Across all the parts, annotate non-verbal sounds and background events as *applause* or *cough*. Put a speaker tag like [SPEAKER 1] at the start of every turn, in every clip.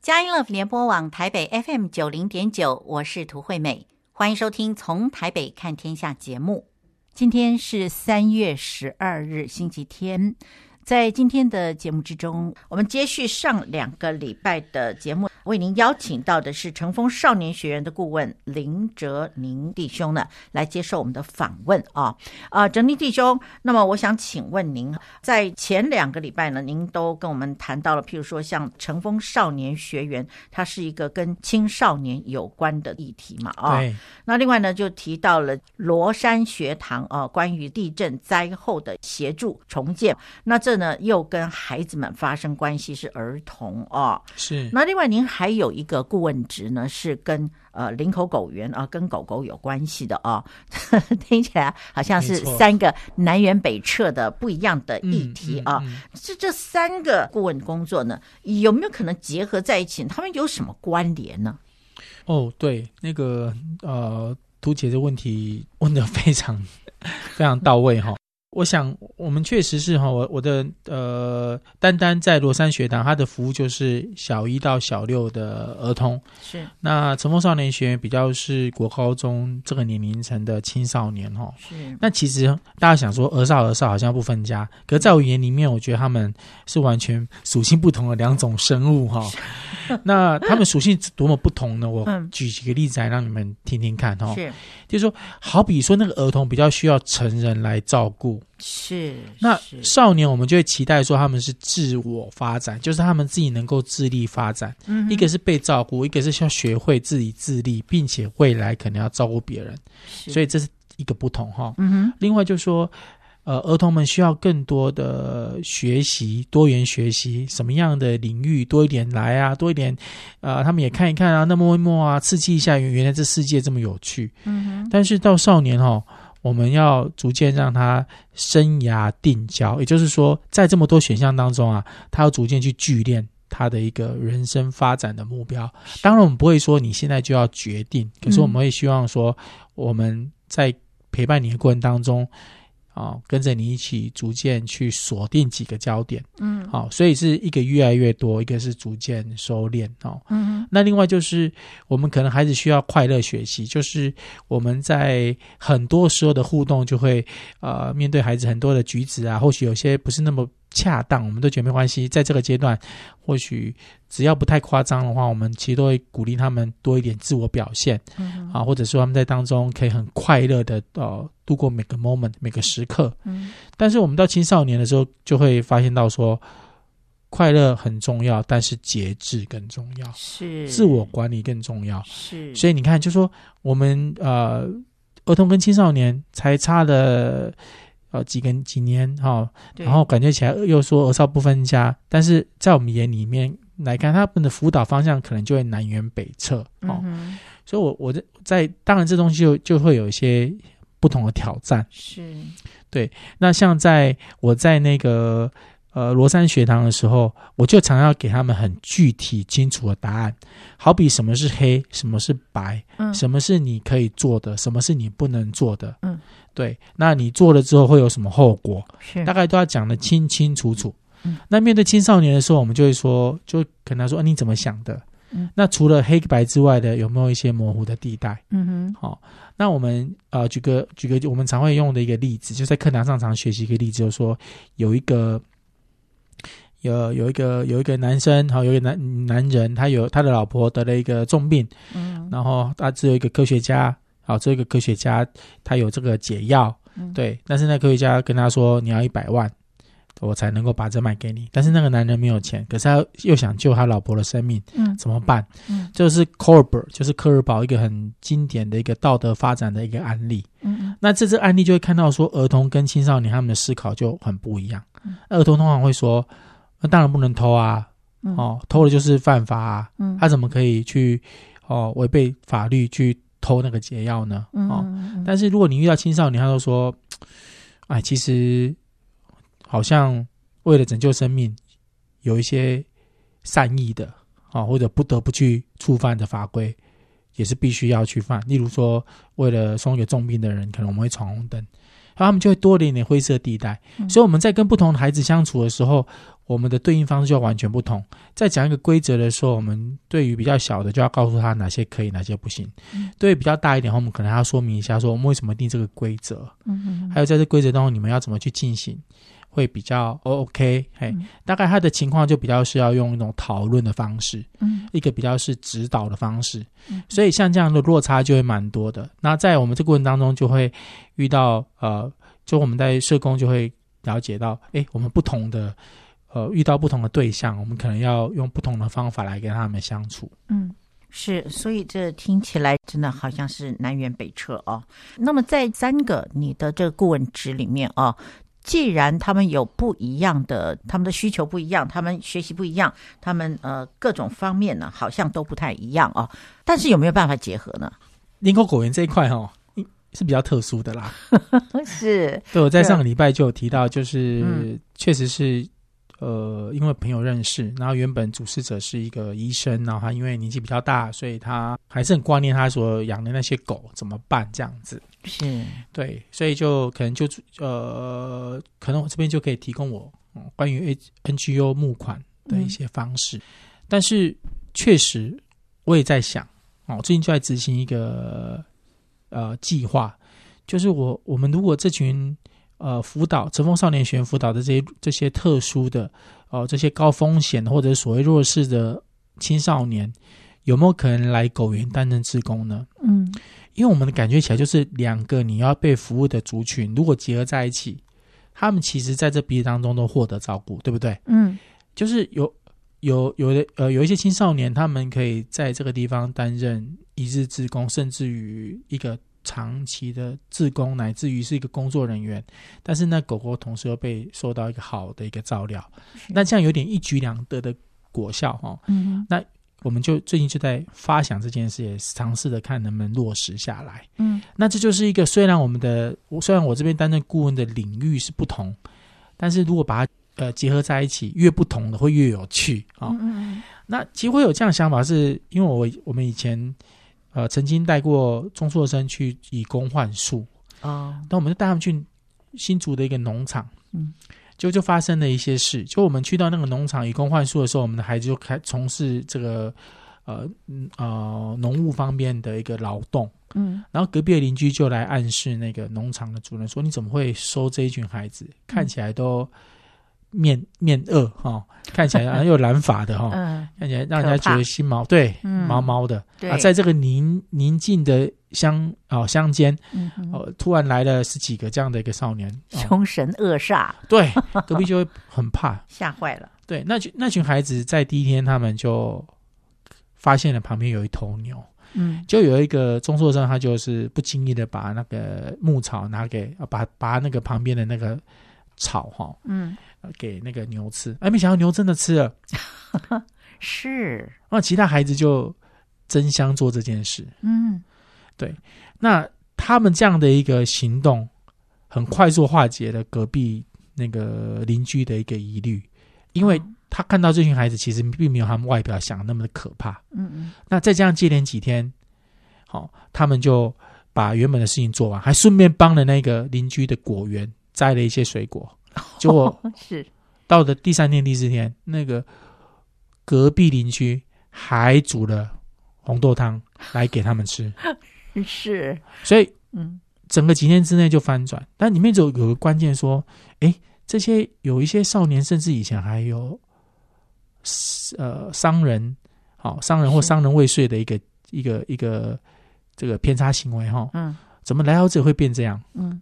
[SPEAKER 1] 佳音 Love 联播网台北 FM 九零点九，我是涂惠美，欢迎收听《从台北看天下》节目。今天是三月十二日，星期天。在今天的节目之中，我们接续上两个礼拜的节目，为您邀请到的是成峰少年学院的顾问林哲宁弟兄呢，来接受我们的访问啊。呃，哲宁弟兄，那么我想请问您，在前两个礼拜呢，您都跟我们谈到了，譬如说像成峰少年学员，它是一个跟青少年有关的议题嘛啊。
[SPEAKER 2] 对，
[SPEAKER 1] 那另外呢，就提到了罗山学堂啊、关于地震灾后的协助重建，那这呢又跟孩子们发生关系，是儿童啊。
[SPEAKER 2] 是
[SPEAKER 1] 那另外，您还有一个顾问职呢，是跟呃林口狗园啊、跟狗狗有关系的啊， *laughs* 听起来好像是
[SPEAKER 2] 没错
[SPEAKER 1] 三个南辕北辙的不一样的议题啊。
[SPEAKER 2] 嗯嗯嗯
[SPEAKER 1] 这这三个顾问工作呢，有没有可能结合在一起？他们有什么关联呢？
[SPEAKER 2] 哦，对，那个呃，图姐的问题问的 *laughs* 非常非常到位哈、我想，我们确实是哈、我我的呃，单单在罗山学堂，它的服务就是小一到小六的儿童。
[SPEAKER 1] 是
[SPEAKER 2] 那成风少年学院比较是国高中这个年龄层的青少年哈、
[SPEAKER 1] 是，
[SPEAKER 2] 那其实大家想说儿少儿少好像不分家，可在我眼里面，我觉得他们是完全属性不同的两种生物哈、那他们属性多么不同呢？我
[SPEAKER 1] 嗯
[SPEAKER 2] 举几个例子来让你们听听看哈、
[SPEAKER 1] 是
[SPEAKER 2] 就是说，好比说那个儿童比较需要成人来照顾，
[SPEAKER 1] 是，
[SPEAKER 2] 那
[SPEAKER 1] 是
[SPEAKER 2] 少年我们就会期待说他们是自我发展，就是他们自己能够自立发展。
[SPEAKER 1] 嗯哼
[SPEAKER 2] 一个是被照顾，一个是需要学会自己自立，并且未来可能要照顾别人，
[SPEAKER 1] 是
[SPEAKER 2] 所以这是一个不同哈、
[SPEAKER 1] 嗯哼，
[SPEAKER 2] 另外就是说，呃，儿童们需要更多的学习，多元学习，什么样的领域多一点来啊，多一点，呃，他们也看一看啊，那摸一摸啊，刺激一下，原原来这世界这么有趣。
[SPEAKER 1] 嗯哼，
[SPEAKER 2] 但是到少年哦，我们要逐渐让他生涯定焦，也就是说，在这么多选项当中啊，他要逐渐去聚练。他的一个人生发展的目标，当然我们不会说你现在就要决定，可是我们会希望说，我们在陪伴你的过程当中，啊、跟着你一起逐渐去锁定几个焦点，
[SPEAKER 1] 嗯
[SPEAKER 2] 好、所以是一个越来越多，一个是逐渐收敛哦。
[SPEAKER 1] 嗯
[SPEAKER 2] 那另外就是，我们可能孩子需要快乐学习，就是我们在很多时候的互动就会，呃，面对孩子很多的举止啊，或许有些不是那么恰当，我们都觉得没关系。在这个阶段，或许只要不太夸张的话，我们其实都会鼓励他们多一点自我表现
[SPEAKER 1] 嗯
[SPEAKER 2] 啊，或者说他们在当中可以很快乐的呃度过每个 moment 每个时刻。
[SPEAKER 1] 嗯
[SPEAKER 2] 但是我们到青少年的时候，就会发现到说，快乐很重要，但是节制更重要。
[SPEAKER 1] 是
[SPEAKER 2] 自我管理更重要。
[SPEAKER 1] 嗯是，
[SPEAKER 2] 所以你看，就说我们呃，儿童跟青少年才差了呃几个几年哈、
[SPEAKER 1] 对
[SPEAKER 2] 然后感觉起来又说儿少不分家，但是在我们眼里面来看，他们的辅导方向可能就会南辕北辙哦。
[SPEAKER 1] 嗯哼
[SPEAKER 2] 所以我我在在当然这东西就就会有一些不同的挑战。
[SPEAKER 1] 是
[SPEAKER 2] 那像在我在那个呃罗山学堂的时候，我就常要给他们很具体清楚的答案，好比什么是黑，什么是白，
[SPEAKER 1] 嗯
[SPEAKER 2] 什么是你可以做的，什么是你不能做的。
[SPEAKER 1] 嗯，
[SPEAKER 2] 对，那你做了之后会有什么后果？
[SPEAKER 1] 是
[SPEAKER 2] 大概都要讲得清清楚楚。
[SPEAKER 1] 嗯
[SPEAKER 2] 那面对青少年的时候，我们就会说，就跟他说、啊、你怎么想的？
[SPEAKER 1] 嗯
[SPEAKER 2] 那除了黑白之外的，有没有一些模糊的地带？
[SPEAKER 1] 嗯哼
[SPEAKER 2] 好、那我们呃，举个举个我们常会用的一个例子，就在课堂上常学习一个例子，就是说有一个有有一个有一个男生，好、有一个男男人，他有他的老婆得了一个重病，
[SPEAKER 1] 嗯
[SPEAKER 2] 然后他只有一个科学家，好、只有一个科学家他有这个解药，
[SPEAKER 1] 嗯
[SPEAKER 2] 对，但是那科学家跟他说你要一百万。我才能够把这卖给你，但是那个男人没有钱，可是他又想救他老婆的生命，
[SPEAKER 1] 嗯
[SPEAKER 2] 怎么办？
[SPEAKER 1] 嗯
[SPEAKER 2] 就是 c o r b e r 就是科尔堡一个很经典的一个道德发展的一个案例。
[SPEAKER 1] 嗯
[SPEAKER 2] 那这次案例就会看到说，儿童跟青少年他们的思考就很不一样
[SPEAKER 1] 嗯。
[SPEAKER 2] 儿童通常会说：“那当然不能偷啊，
[SPEAKER 1] 嗯
[SPEAKER 2] 哦，偷了就是犯法啊，
[SPEAKER 1] 嗯
[SPEAKER 2] 他怎么可以去哦违背法律去偷那个解药呢？”
[SPEAKER 1] 嗯
[SPEAKER 2] 哦，
[SPEAKER 1] 嗯
[SPEAKER 2] 但是如果你遇到青少年，他都说：“哎，其实好像为了拯救生命，有一些善意的啊，或者不得不去触犯的法规，也是必须要去犯。例如说，为了送给重病的人，可能我们会闯红灯。然后他们就会多了一点灰色地带。
[SPEAKER 1] 嗯
[SPEAKER 2] 所以我们在跟不同的孩子相处的时候，我们的对应方式就要完全不同。在讲一个规则的时候，我们对于比较小的就要告诉他哪些可以，哪些不行；
[SPEAKER 1] 嗯
[SPEAKER 2] 对于比较大一点的话，我们可能还要说明一下，说我们为什么定这个规则，
[SPEAKER 1] 嗯嗯
[SPEAKER 2] 还有在这规则当中你们要怎么去进行。会比较哦 OK，嘿，
[SPEAKER 1] 嗯
[SPEAKER 2] 大概他的情况就比较是要用一种讨论的方式，
[SPEAKER 1] 嗯
[SPEAKER 2] 一个比较是指导的方式，
[SPEAKER 1] 嗯
[SPEAKER 2] 所以像这样的落差就会蛮多的。那在我们这个过程当中，就会遇到呃，就我们在社工就会了解到，诶，我们不同的呃，遇到不同的对象，我们可能要用不同的方法来跟他们相处。
[SPEAKER 1] 嗯，是，所以这听起来真的好像是南辕北辙哦。那么在三个你的这个顾问职里面哦，既然他们有不一样的，他们的需求不一样，他们学习不一样，他们呃各种方面呢好像都不太一样哦，但是有没有办法结合呢？
[SPEAKER 2] 林口果园这一块哦。是比较特殊的啦，
[SPEAKER 1] *laughs* 是，
[SPEAKER 2] 对我在
[SPEAKER 1] 对
[SPEAKER 2] 上个礼拜就有提到，就是、
[SPEAKER 1] 嗯
[SPEAKER 2] 确实是，呃，因为朋友认识，然后原本主事者是一个医生，然后他因为年纪比较大，所以他还是很挂念他所养的那些狗怎么办这样子。
[SPEAKER 1] 是，
[SPEAKER 2] 对，所以就可能就呃，可能我这边就可以提供我、嗯、关于 H NGO 募款的一些方式，但是确实我也在想，哦，最近就在执行一个呃计划，就是我我们如果这群呃辅导成风少年学员辅导的这些这些特殊的哦、这些高风险或者所谓弱势的青少年，有没有可能来狗园担任志工呢？
[SPEAKER 1] 嗯
[SPEAKER 2] 因为我们的感觉起来就是两个你要被服务的族群，如果结合在一起，他们其实在这彼此当中都获得照顾，对不对？
[SPEAKER 1] 嗯
[SPEAKER 2] 就是有有有的呃有一些青少年，他们可以在这个地方担任一日志工，甚至于一个长期的志工，乃至于是一个工作人员。但是那狗狗同时又被受到一个好的一个照料，那这样有点一举两得的果效哦。
[SPEAKER 1] 嗯
[SPEAKER 2] 我们就最近就在发想这件事，也尝试着看能不能落实下来。
[SPEAKER 1] 嗯
[SPEAKER 2] 那这就是一个虽然我们的我虽然我这边担任顾问的领域是不同，但是如果把它呃结合在一起，越不同的会越有趣啊、
[SPEAKER 1] 嗯
[SPEAKER 2] 那其实会有这样的想法是，因为我我们以前呃曾经带过中辍生去以工换宿，
[SPEAKER 1] 哦，
[SPEAKER 2] 那我们就带他们去新竹的一个农场，
[SPEAKER 1] 嗯，
[SPEAKER 2] 就就发生了一些事。就我们去到那个农场以工换宿的时候，我们的孩子就开从事这个呃嗯呃农务方面的一个劳动。
[SPEAKER 1] 嗯
[SPEAKER 2] 然后隔壁的邻居就来暗示那个农场的主人说：“你怎么会收这一群孩子？看起来都面面恶哈、
[SPEAKER 1] *laughs*
[SPEAKER 2] 哦，看起来啊又染发的哈、哦，
[SPEAKER 1] 嗯，
[SPEAKER 2] 看起来让人家觉得心毛对、
[SPEAKER 1] 嗯
[SPEAKER 2] 毛毛的
[SPEAKER 1] 对
[SPEAKER 2] 啊，在这个宁宁静的乡哦乡间
[SPEAKER 1] 嗯哼
[SPEAKER 2] 哦，突然来了十几个这样的一个少年，哦、
[SPEAKER 1] 凶神恶煞
[SPEAKER 2] 对隔壁就会很怕。
[SPEAKER 1] 吓坏了，
[SPEAKER 2] 对，那群那群孩子在第一天他们就发现了旁边有一头牛。”
[SPEAKER 1] 嗯
[SPEAKER 2] 就有一个中辍生，他就是不经意的把那个牧草拿给，啊把把那个旁边的那个草哈、
[SPEAKER 1] 嗯
[SPEAKER 2] 呃给那个牛吃，哎，没想到牛真的吃了，
[SPEAKER 1] 是，
[SPEAKER 2] 那其他孩子就争相做这件事。
[SPEAKER 1] 嗯
[SPEAKER 2] 那他们这样的一个行动，很快速化解了隔壁那个邻居的一个疑虑，因
[SPEAKER 1] 嗯
[SPEAKER 2] 为
[SPEAKER 1] 哦
[SPEAKER 2] 他看到这群孩子其实并没有他们外表想的那么的可怕。
[SPEAKER 1] 嗯嗯。
[SPEAKER 2] 那再这样接连几天，好、他们就把原本的事情做完，还顺便帮了那个邻居的果园摘了一些水果。结果
[SPEAKER 1] 嗯 *laughs* 是
[SPEAKER 2] 到了第三天、第四天，那个隔壁邻居还煮了红豆汤来给他们吃，
[SPEAKER 1] 是，
[SPEAKER 2] 所以
[SPEAKER 1] 嗯
[SPEAKER 2] 整个几天之内就翻转。但里面就有个关键说，诶，这些有一些少年，甚至以前还有呃商人，好、商人或
[SPEAKER 1] 是
[SPEAKER 2] 商人未遂的一个一个一个这个偏差行为哈、
[SPEAKER 1] 嗯
[SPEAKER 2] 怎么来到这里会变这样？
[SPEAKER 1] 嗯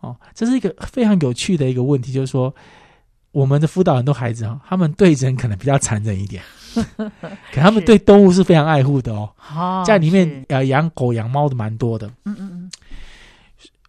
[SPEAKER 2] 哦，这是一个非常有趣的一个问题，就是说。我们的辅导很多孩子哈、他们对人可能比较残忍一
[SPEAKER 1] *laughs*
[SPEAKER 2] 点，可他们
[SPEAKER 1] 是
[SPEAKER 2] 对动物是非常爱护的哦。
[SPEAKER 1] 好，
[SPEAKER 2] 在里面
[SPEAKER 1] 是，
[SPEAKER 2] 呃，养狗养猫的蛮多的，
[SPEAKER 1] 嗯嗯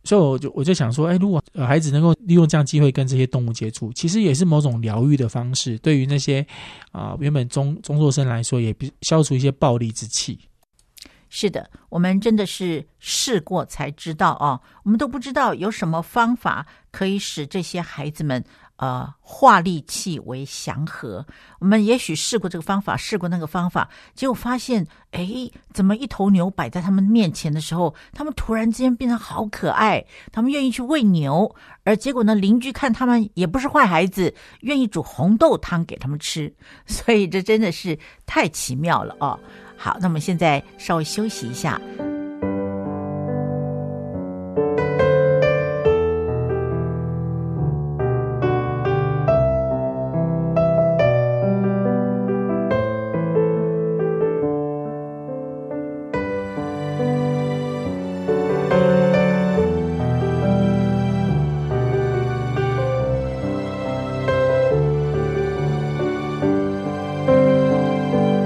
[SPEAKER 2] 所以我就我就想说，哎，如果、呃、孩子能够利用这样机会跟这些动物接触，其实也是某种疗愈的方式。对于那些啊、原本中中辍生来说，也比消除一些暴力之气。
[SPEAKER 1] 嗯，是的，我们真的是试啊过才知道哦，我们都不知道有什么方法可以使这些孩子们呃化力气为祥和。我们也许试过这个方法，试过那个方法，结果发现，哎，怎么一头牛摆在他们面前的时候，他们突然之间变得好可爱，他们愿意去喂牛，而结果呢，邻居看他们也不是坏孩子，愿意煮红豆汤给他们吃， *laughs* 所以这真的是太奇妙了哦。好，那我们现在稍微休息一下。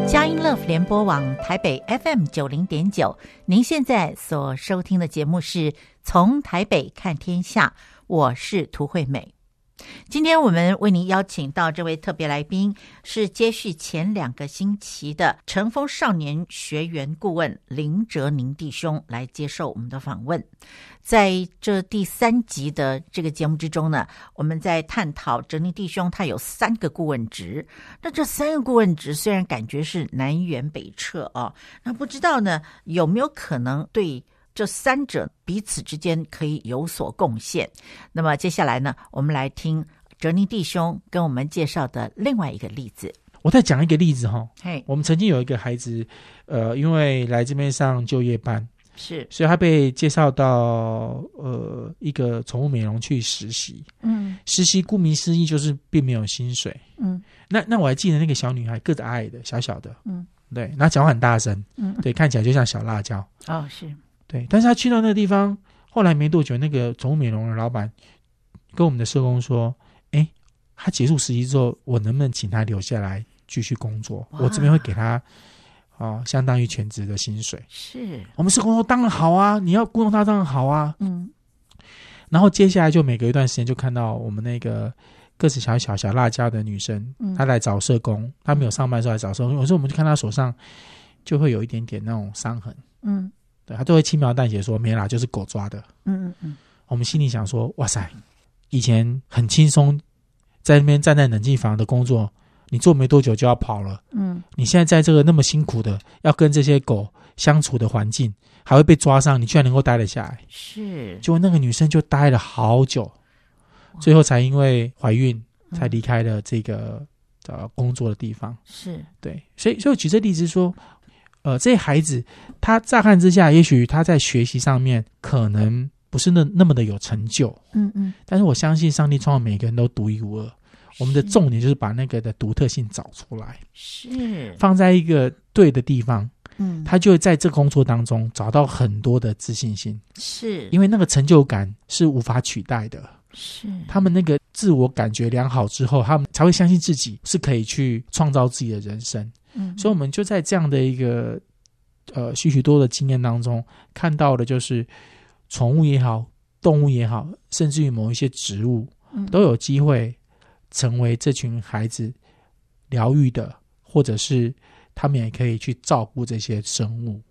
[SPEAKER 1] 佳音 Love 联播网台北 FM 九零点九，您现在所收听的节目是《从台北看天下》，我是涂惠美。今天我们为您邀请到这位特别来宾，是接续前两个星期的乘风少年学员顾问林哲宁弟兄来接受我们的访问。在这第三集的这个节目之中呢，我们在探讨哲宁弟兄他有三个顾问职，那这三个顾问职虽然感觉是南辕北辙哦，那不知道呢有没有可能对这三者彼此之间可以有所贡献？那么接下来呢，我们来听哲宁弟兄跟我们介绍的另外一个例子。
[SPEAKER 2] 我再讲一个例子哈，
[SPEAKER 1] 嘿，
[SPEAKER 2] 我们曾经有一个孩子，呃，因为来这边上就业班，
[SPEAKER 1] 是，
[SPEAKER 2] 所以他被介绍到呃一个宠物美容去实习。
[SPEAKER 1] 嗯
[SPEAKER 2] 实习顾名思义就是并没有薪水。
[SPEAKER 1] 嗯
[SPEAKER 2] 那那我还记得那个小女孩，个子矮矮的，小小的，
[SPEAKER 1] 嗯，
[SPEAKER 2] 对，然后讲话很大声，
[SPEAKER 1] 嗯，
[SPEAKER 2] 对，看起来就像小辣椒，
[SPEAKER 1] 哦，是，
[SPEAKER 2] 对。但是她去到那个地方，后来没多久，那个宠物美容的老板跟我们的社工说：“哎，她结束实习之后，我能不能请她留下来继续工作？
[SPEAKER 1] 哇
[SPEAKER 2] 我这边会给她哦，相当于全职的薪水。”
[SPEAKER 1] 是，
[SPEAKER 2] 我们社工说：“当然好啊，你要雇佣她当然好啊。
[SPEAKER 1] 嗯”
[SPEAKER 2] 然后接下来就每隔一段时间就看到我们那个个子小小小辣椒的女生，
[SPEAKER 1] 嗯
[SPEAKER 2] 她来找社工，她没有上班的时候来找社工，有时候我们就看她手上就会有一点点那种伤痕，
[SPEAKER 1] 嗯
[SPEAKER 2] 对她都会轻描淡写说没啦，就是狗抓的。
[SPEAKER 1] 嗯嗯嗯，
[SPEAKER 2] 我们心里想说，哇塞，以前很轻松，在那边站在冷气房的工作，你做没多久就要跑了，
[SPEAKER 1] 嗯
[SPEAKER 2] 你现在在这个那么辛苦的要跟这些狗相处的环境，还会被抓伤，你居然能够待得下来。
[SPEAKER 1] 是，
[SPEAKER 2] 结果那个女生就待了好久，
[SPEAKER 1] 哇
[SPEAKER 2] 最后才因为怀孕
[SPEAKER 1] 嗯
[SPEAKER 2] 才离开了这个呃工作的地方。
[SPEAKER 1] 是，
[SPEAKER 2] 对，所以所以我举这例子是说，呃，这些孩子他乍看之下，也许他在学习上面可能不是那那么的有成就，
[SPEAKER 1] 嗯嗯，
[SPEAKER 2] 但是我相信上帝创造每个人都独一无二。我们的
[SPEAKER 1] 是
[SPEAKER 2] 重点就是把那个的独特性找出来，
[SPEAKER 1] 是，
[SPEAKER 2] 放在一个对的地方，
[SPEAKER 1] 嗯，
[SPEAKER 2] 他就会在这个工作当中找到很多的自信心，
[SPEAKER 1] 嗯是，
[SPEAKER 2] 因为那个成就感是无法取代
[SPEAKER 1] 嗯
[SPEAKER 2] 的。
[SPEAKER 1] 是，
[SPEAKER 2] 他们那个自我感觉良好之后，他们才会相信自己是可以去创造自己的人生。
[SPEAKER 1] 嗯，
[SPEAKER 2] 所以，我们就在这样的一个呃许许多的经验当中，看到的就是宠物也好，动物也好，甚至于某一些植物，
[SPEAKER 1] 嗯
[SPEAKER 2] 都有机会成为这群孩子疗愈的，或者是他们也可以去照顾这些生物。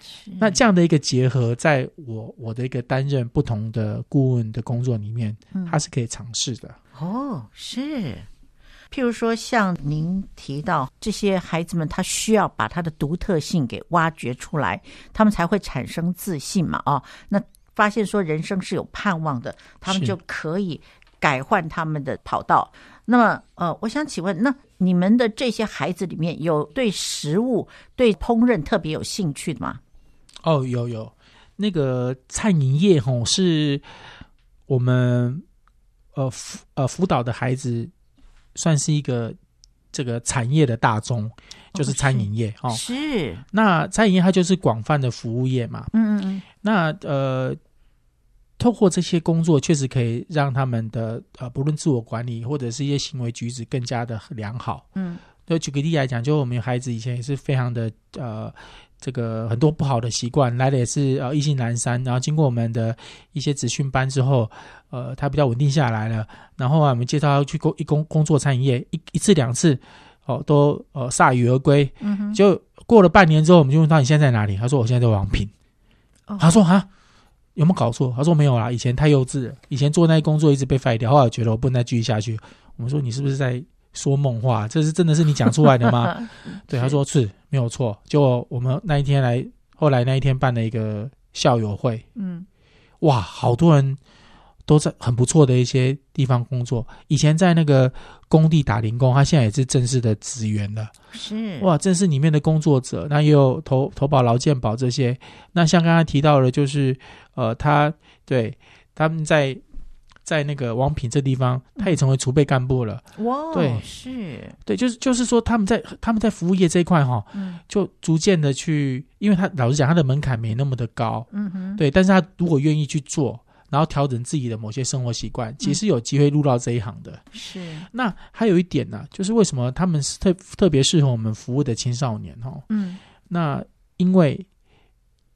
[SPEAKER 1] 是
[SPEAKER 2] 那这样的一个结合，在我我的一个担任不同的顾问的工作里面，
[SPEAKER 1] 嗯
[SPEAKER 2] 它是可以尝试的。
[SPEAKER 1] 哦，是。譬如说，像您提到这些孩子们，他需要把他的独特性给挖掘出来，他们才会产生自信嘛。哦，那发现说人生是有盼望的，他们
[SPEAKER 2] 是
[SPEAKER 1] 就可以改换他们的跑道。那么，呃，我想请问，那你们的这些孩子里面有对食物、对烹饪特别有兴趣的吗？
[SPEAKER 2] 哦，有有，那个餐饮业吼是我们呃辅呃辅导的孩子，算是一个这个产业的大宗，就是餐饮业哦。
[SPEAKER 1] 是，
[SPEAKER 2] 那餐饮业它就是广泛的服务业嘛。
[SPEAKER 1] 嗯嗯嗯，
[SPEAKER 2] 那呃，透过这些工作，确实可以让他们的呃，不论自我管理或者是一些行为举止更加的良好。
[SPEAKER 1] 嗯，
[SPEAKER 2] 就举个例来讲，就我们有孩子以前也是非常的呃，这个很多不好的习惯，来的也是呃意兴阑珊，然后经过我们的一些职训班之后，呃，他比较稳定下来了，然后啊，我们介绍他去工一工工作餐饮业，一一次两次，哦，都呃铩羽而归。
[SPEAKER 1] 嗯哼，
[SPEAKER 2] 就过了半年之后，我们就问他你现在在哪里？他说我现在在王品。
[SPEAKER 1] 哦
[SPEAKER 2] 他说啊，有没有搞错？他说没有啦，以前太幼稚了，以前做那些工作一直被废掉，后来我觉得我不能再继续下去。我们说你是不是在说梦话？这是真的是你讲出来的
[SPEAKER 1] *laughs*
[SPEAKER 2] 吗？对，他说是没有错。就我们那一天来，后来那一天办了一个校友会，
[SPEAKER 1] 嗯
[SPEAKER 2] 哇，好多人都在很不错的一些地方工作。以前在那个工地打零工，他现在也是正式的职员了。
[SPEAKER 1] 嗯是
[SPEAKER 2] 哇，正式里面的工作者，那也有投投保、劳健保这些。那像刚刚提到的，就是呃，他对他们在在那个王品这地方，他也成为储备干部了。
[SPEAKER 1] 哇，
[SPEAKER 2] 对
[SPEAKER 1] 是
[SPEAKER 2] 对，就是就是说他们在他们在服务业这一块哈、
[SPEAKER 1] 嗯
[SPEAKER 2] 就逐渐的去，因为他老实讲，他的门槛没那么的高，
[SPEAKER 1] 嗯哼，
[SPEAKER 2] 对，但是他如果愿意去做，然后调整自己的某些生活习
[SPEAKER 1] 嗯
[SPEAKER 2] 惯，其实有机会入到这一行的。
[SPEAKER 1] 是
[SPEAKER 2] 那还有一点呢、就是为什么他们是特特别适合我们服务的青少年哦？
[SPEAKER 1] 嗯
[SPEAKER 2] 那因为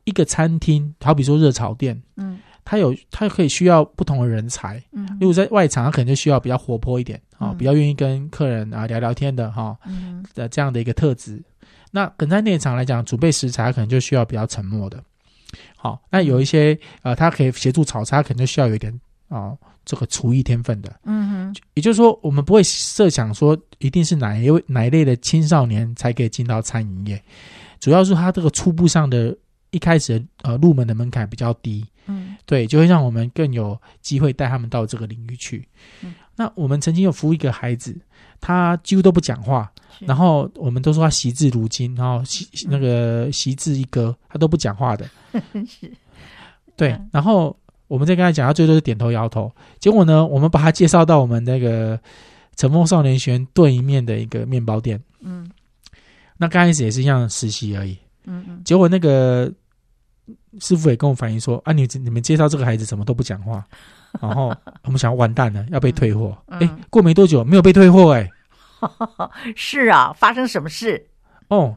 [SPEAKER 2] 一个餐厅，好比说热炒店，
[SPEAKER 1] 嗯
[SPEAKER 2] 它有它可以需要不同的人才。
[SPEAKER 1] 嗯
[SPEAKER 2] 例如在外场，它可能就需要比较活泼一点啊、
[SPEAKER 1] 嗯
[SPEAKER 2] 比较愿意跟客人啊聊聊天的哈、 *laughs*
[SPEAKER 1] 嗯
[SPEAKER 2] 的这样的一个特质。那可能在内场来讲，准备食材可能就需要比较沉默的。好，那有一些呃，他可以协助炒菜，它可能就需要有一点啊、这个厨艺天分的。
[SPEAKER 1] 嗯哼，
[SPEAKER 2] 也就是说，我们不会设想说一定是哪一位哪一类的青少年才可以进到餐饮业，主要是他这个初步上的一开始的呃入门的门槛比较低，
[SPEAKER 1] 嗯
[SPEAKER 2] 对，就会让我们更有机会带他们到这个领域去。
[SPEAKER 1] 嗯
[SPEAKER 2] 那我们曾经有服务一个孩子，他几乎都不讲话，
[SPEAKER 1] 是
[SPEAKER 2] 然后我们都说他惜字如金，然后惜
[SPEAKER 1] 嗯
[SPEAKER 2] 那个惜字一哥，他都不讲话的。
[SPEAKER 1] *laughs* 是
[SPEAKER 2] 对
[SPEAKER 1] 嗯，
[SPEAKER 2] 然后我们再跟他讲，他最多是点头摇头。结果呢，我们把他介绍到我们那个陈峰少年学院对面的一个面包店。
[SPEAKER 1] 嗯
[SPEAKER 2] 那刚开始也是一样实习而已。
[SPEAKER 1] 嗯
[SPEAKER 2] *laughs*
[SPEAKER 1] 嗯
[SPEAKER 2] 结果那个师傅也跟我反映说：“啊，你你们介绍这个孩子怎么都不讲话？”然后我们想完蛋了，要被退货。
[SPEAKER 1] 嗯
[SPEAKER 2] 哎、
[SPEAKER 1] 嗯
[SPEAKER 2] 过没多久没有被退货、哎，
[SPEAKER 1] 是啊，发生什么事？
[SPEAKER 2] 哦，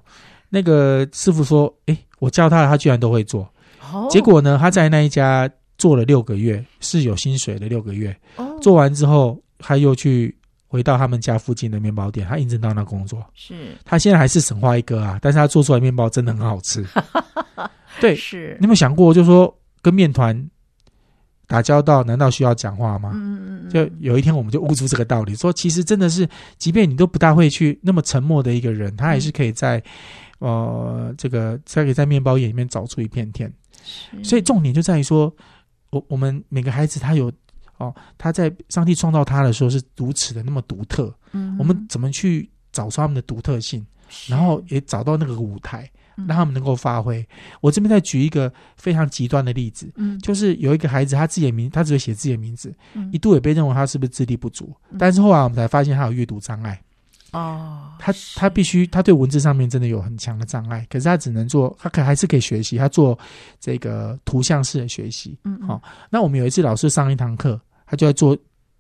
[SPEAKER 2] 那个师傅说：“哎、我教他，他居然都会做。”
[SPEAKER 1] 哦，
[SPEAKER 2] 结果呢，他在那一家做了六个月，是有薪水的六个月。
[SPEAKER 1] 哦
[SPEAKER 2] 做完之后，他又去回到他们家附近的面包店，他应征到那工作。
[SPEAKER 1] 是
[SPEAKER 2] 他现在还是神话一哥啊，但是他做出来的面包真的很好吃。对，你
[SPEAKER 1] 是
[SPEAKER 2] 有没有想过，就是说跟面团打交道，难道需要讲话吗？
[SPEAKER 1] 嗯嗯嗯，
[SPEAKER 2] 就有一天我们就悟出这个道理，说其实真的是，即便你都不大会去那么沉默的一个人，他还是可以在、呃这个，他可以在面包业里面找出一片天。
[SPEAKER 1] 是
[SPEAKER 2] 所以重点就在于说，我我们每个孩子他有哦，他在上帝创造他的时候是如此的那么独特，
[SPEAKER 1] 嗯
[SPEAKER 2] 我们
[SPEAKER 1] 嗯
[SPEAKER 2] 怎么去找出他们的独特性，
[SPEAKER 1] 是
[SPEAKER 2] 然后也找到那个舞台，
[SPEAKER 1] 嗯
[SPEAKER 2] 让他们能够发挥。我这边再举一个非常极端的例子。
[SPEAKER 1] 嗯
[SPEAKER 2] 就是有一个孩子，他自己的名，他只会写自己的名字，
[SPEAKER 1] 嗯
[SPEAKER 2] 一度也被认为他是不是智力不足，但是后来我们才发现他有阅读障碍，
[SPEAKER 1] 哦，
[SPEAKER 2] 他
[SPEAKER 1] 是
[SPEAKER 2] 他必须他对文字上面真的有很强的障碍，可是他只能做，他可还是可以学习，他做这个图像式的学习，
[SPEAKER 1] 嗯嗯
[SPEAKER 2] 好那我们有一次老师上一堂课，他就在做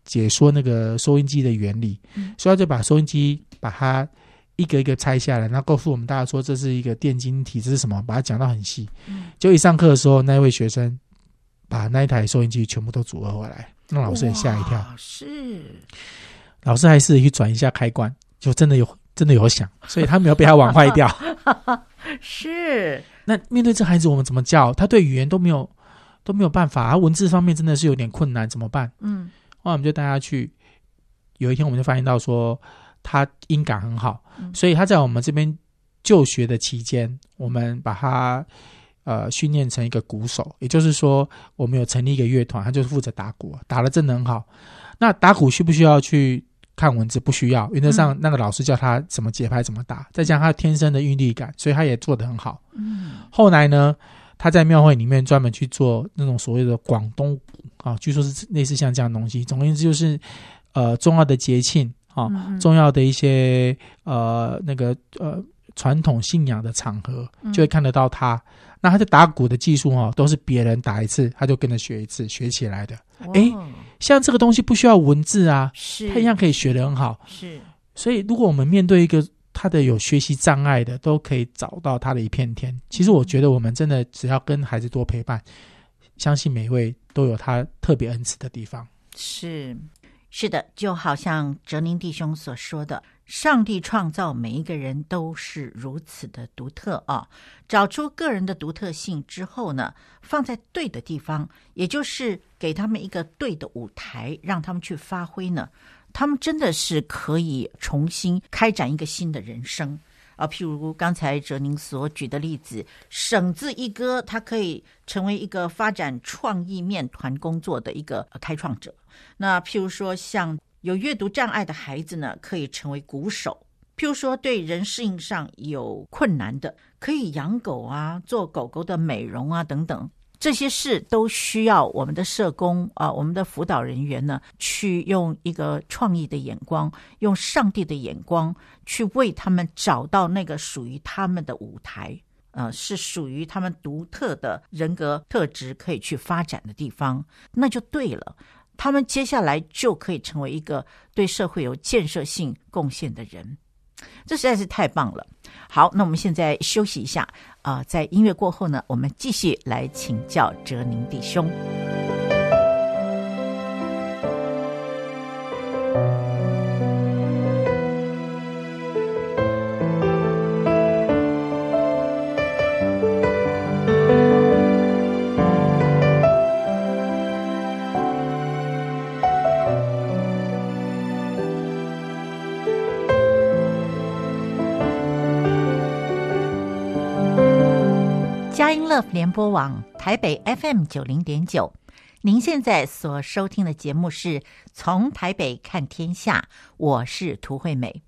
[SPEAKER 2] 解说那个收音机的原理，
[SPEAKER 1] 嗯
[SPEAKER 2] 所以他就把收音机把它一个一个拆下来，然后告诉我们大家说这是一个电晶体，这是什么，把它讲到很细。
[SPEAKER 1] 嗯
[SPEAKER 2] 就一上课的时候，那位学生把那一台收音机全部都组合回来，那老师也吓一跳，
[SPEAKER 1] 哇，是
[SPEAKER 2] 老师还试着去转一下开关，就真的有真的有响，所以他没有被他玩坏
[SPEAKER 1] *laughs*
[SPEAKER 2] 掉。
[SPEAKER 1] 是
[SPEAKER 2] 那面对这孩子，我们怎么教？他对语言都没有都没有办法，他文字方面真的是有点困难，怎么办？
[SPEAKER 1] 嗯
[SPEAKER 2] 后来我们就带他去，有一天我们就发现到说他音感很好，
[SPEAKER 1] 嗯
[SPEAKER 2] 所以他在我们这边就学的期间，我们把他呃训练成一个鼓手，也就是说我们有成立一个乐团，他就是负责打鼓，打的真的很好。那打鼓需不需要去看文字？不需要，原则上那个老师教他怎么节拍怎么打，再加上他天生的韵律感，所以他也做得很好。
[SPEAKER 1] 嗯
[SPEAKER 2] 后来呢，他在庙会里面专门去做那种所谓的广东鼓啊，据说是类似像这样的东西。总而言之，就是呃重要的节庆啊，
[SPEAKER 1] 嗯嗯
[SPEAKER 2] 重要的一些呃那个呃传统信仰的场合，
[SPEAKER 1] 嗯
[SPEAKER 2] 就会看得到他。那他的打鼓的技术哦，都是别人打一次，他就跟着学一次，学起来的。诶
[SPEAKER 1] 哇
[SPEAKER 2] 像这个东西不需要文字啊，
[SPEAKER 1] 是
[SPEAKER 2] 他一样可以学得很好。
[SPEAKER 1] 是
[SPEAKER 2] 所以，如果我们面对一个他的有学习障碍的，都可以找到他的一片天。其实，我觉得我们真的只要跟孩子多陪伴，相信每一位都有他特别恩赐的地方。
[SPEAKER 1] 是。是的，就好像哲宁弟兄所说的，上帝创造每一个人都是如此的独特啊。找出个人的独特性之后呢，放在对的地方，也就是给他们一个对的舞台，让他们去发挥呢，他们真的是可以重新开展一个新的人生。啊，譬如刚才哲宁所举的例子，省字一哥，他可以成为一个发展创意面团工作的一个呃开创者。那譬如说，像有阅读障碍的孩子呢，可以成为鼓手；譬如说，对人适应上有困难的，可以养狗啊，做狗狗的美容啊等等。这些事都需要我们的社工啊、我们的辅导人员呢，去用一个创意的眼光，用上帝的眼光，去为他们找到那个属于他们的舞台，呃，是属于他们独特的人格特质可以去发展的地方，那就对了。他们接下来就可以成为一个对社会有建设性贡献的人，这实在是太棒了。好，那我们现在休息一下啊、在音乐过后呢，我们继续来请教哲宁弟兄。佳音乐联播网台北 FM 九零点九，您现在所收听的节目是《从台北看天下》，我是涂惠美。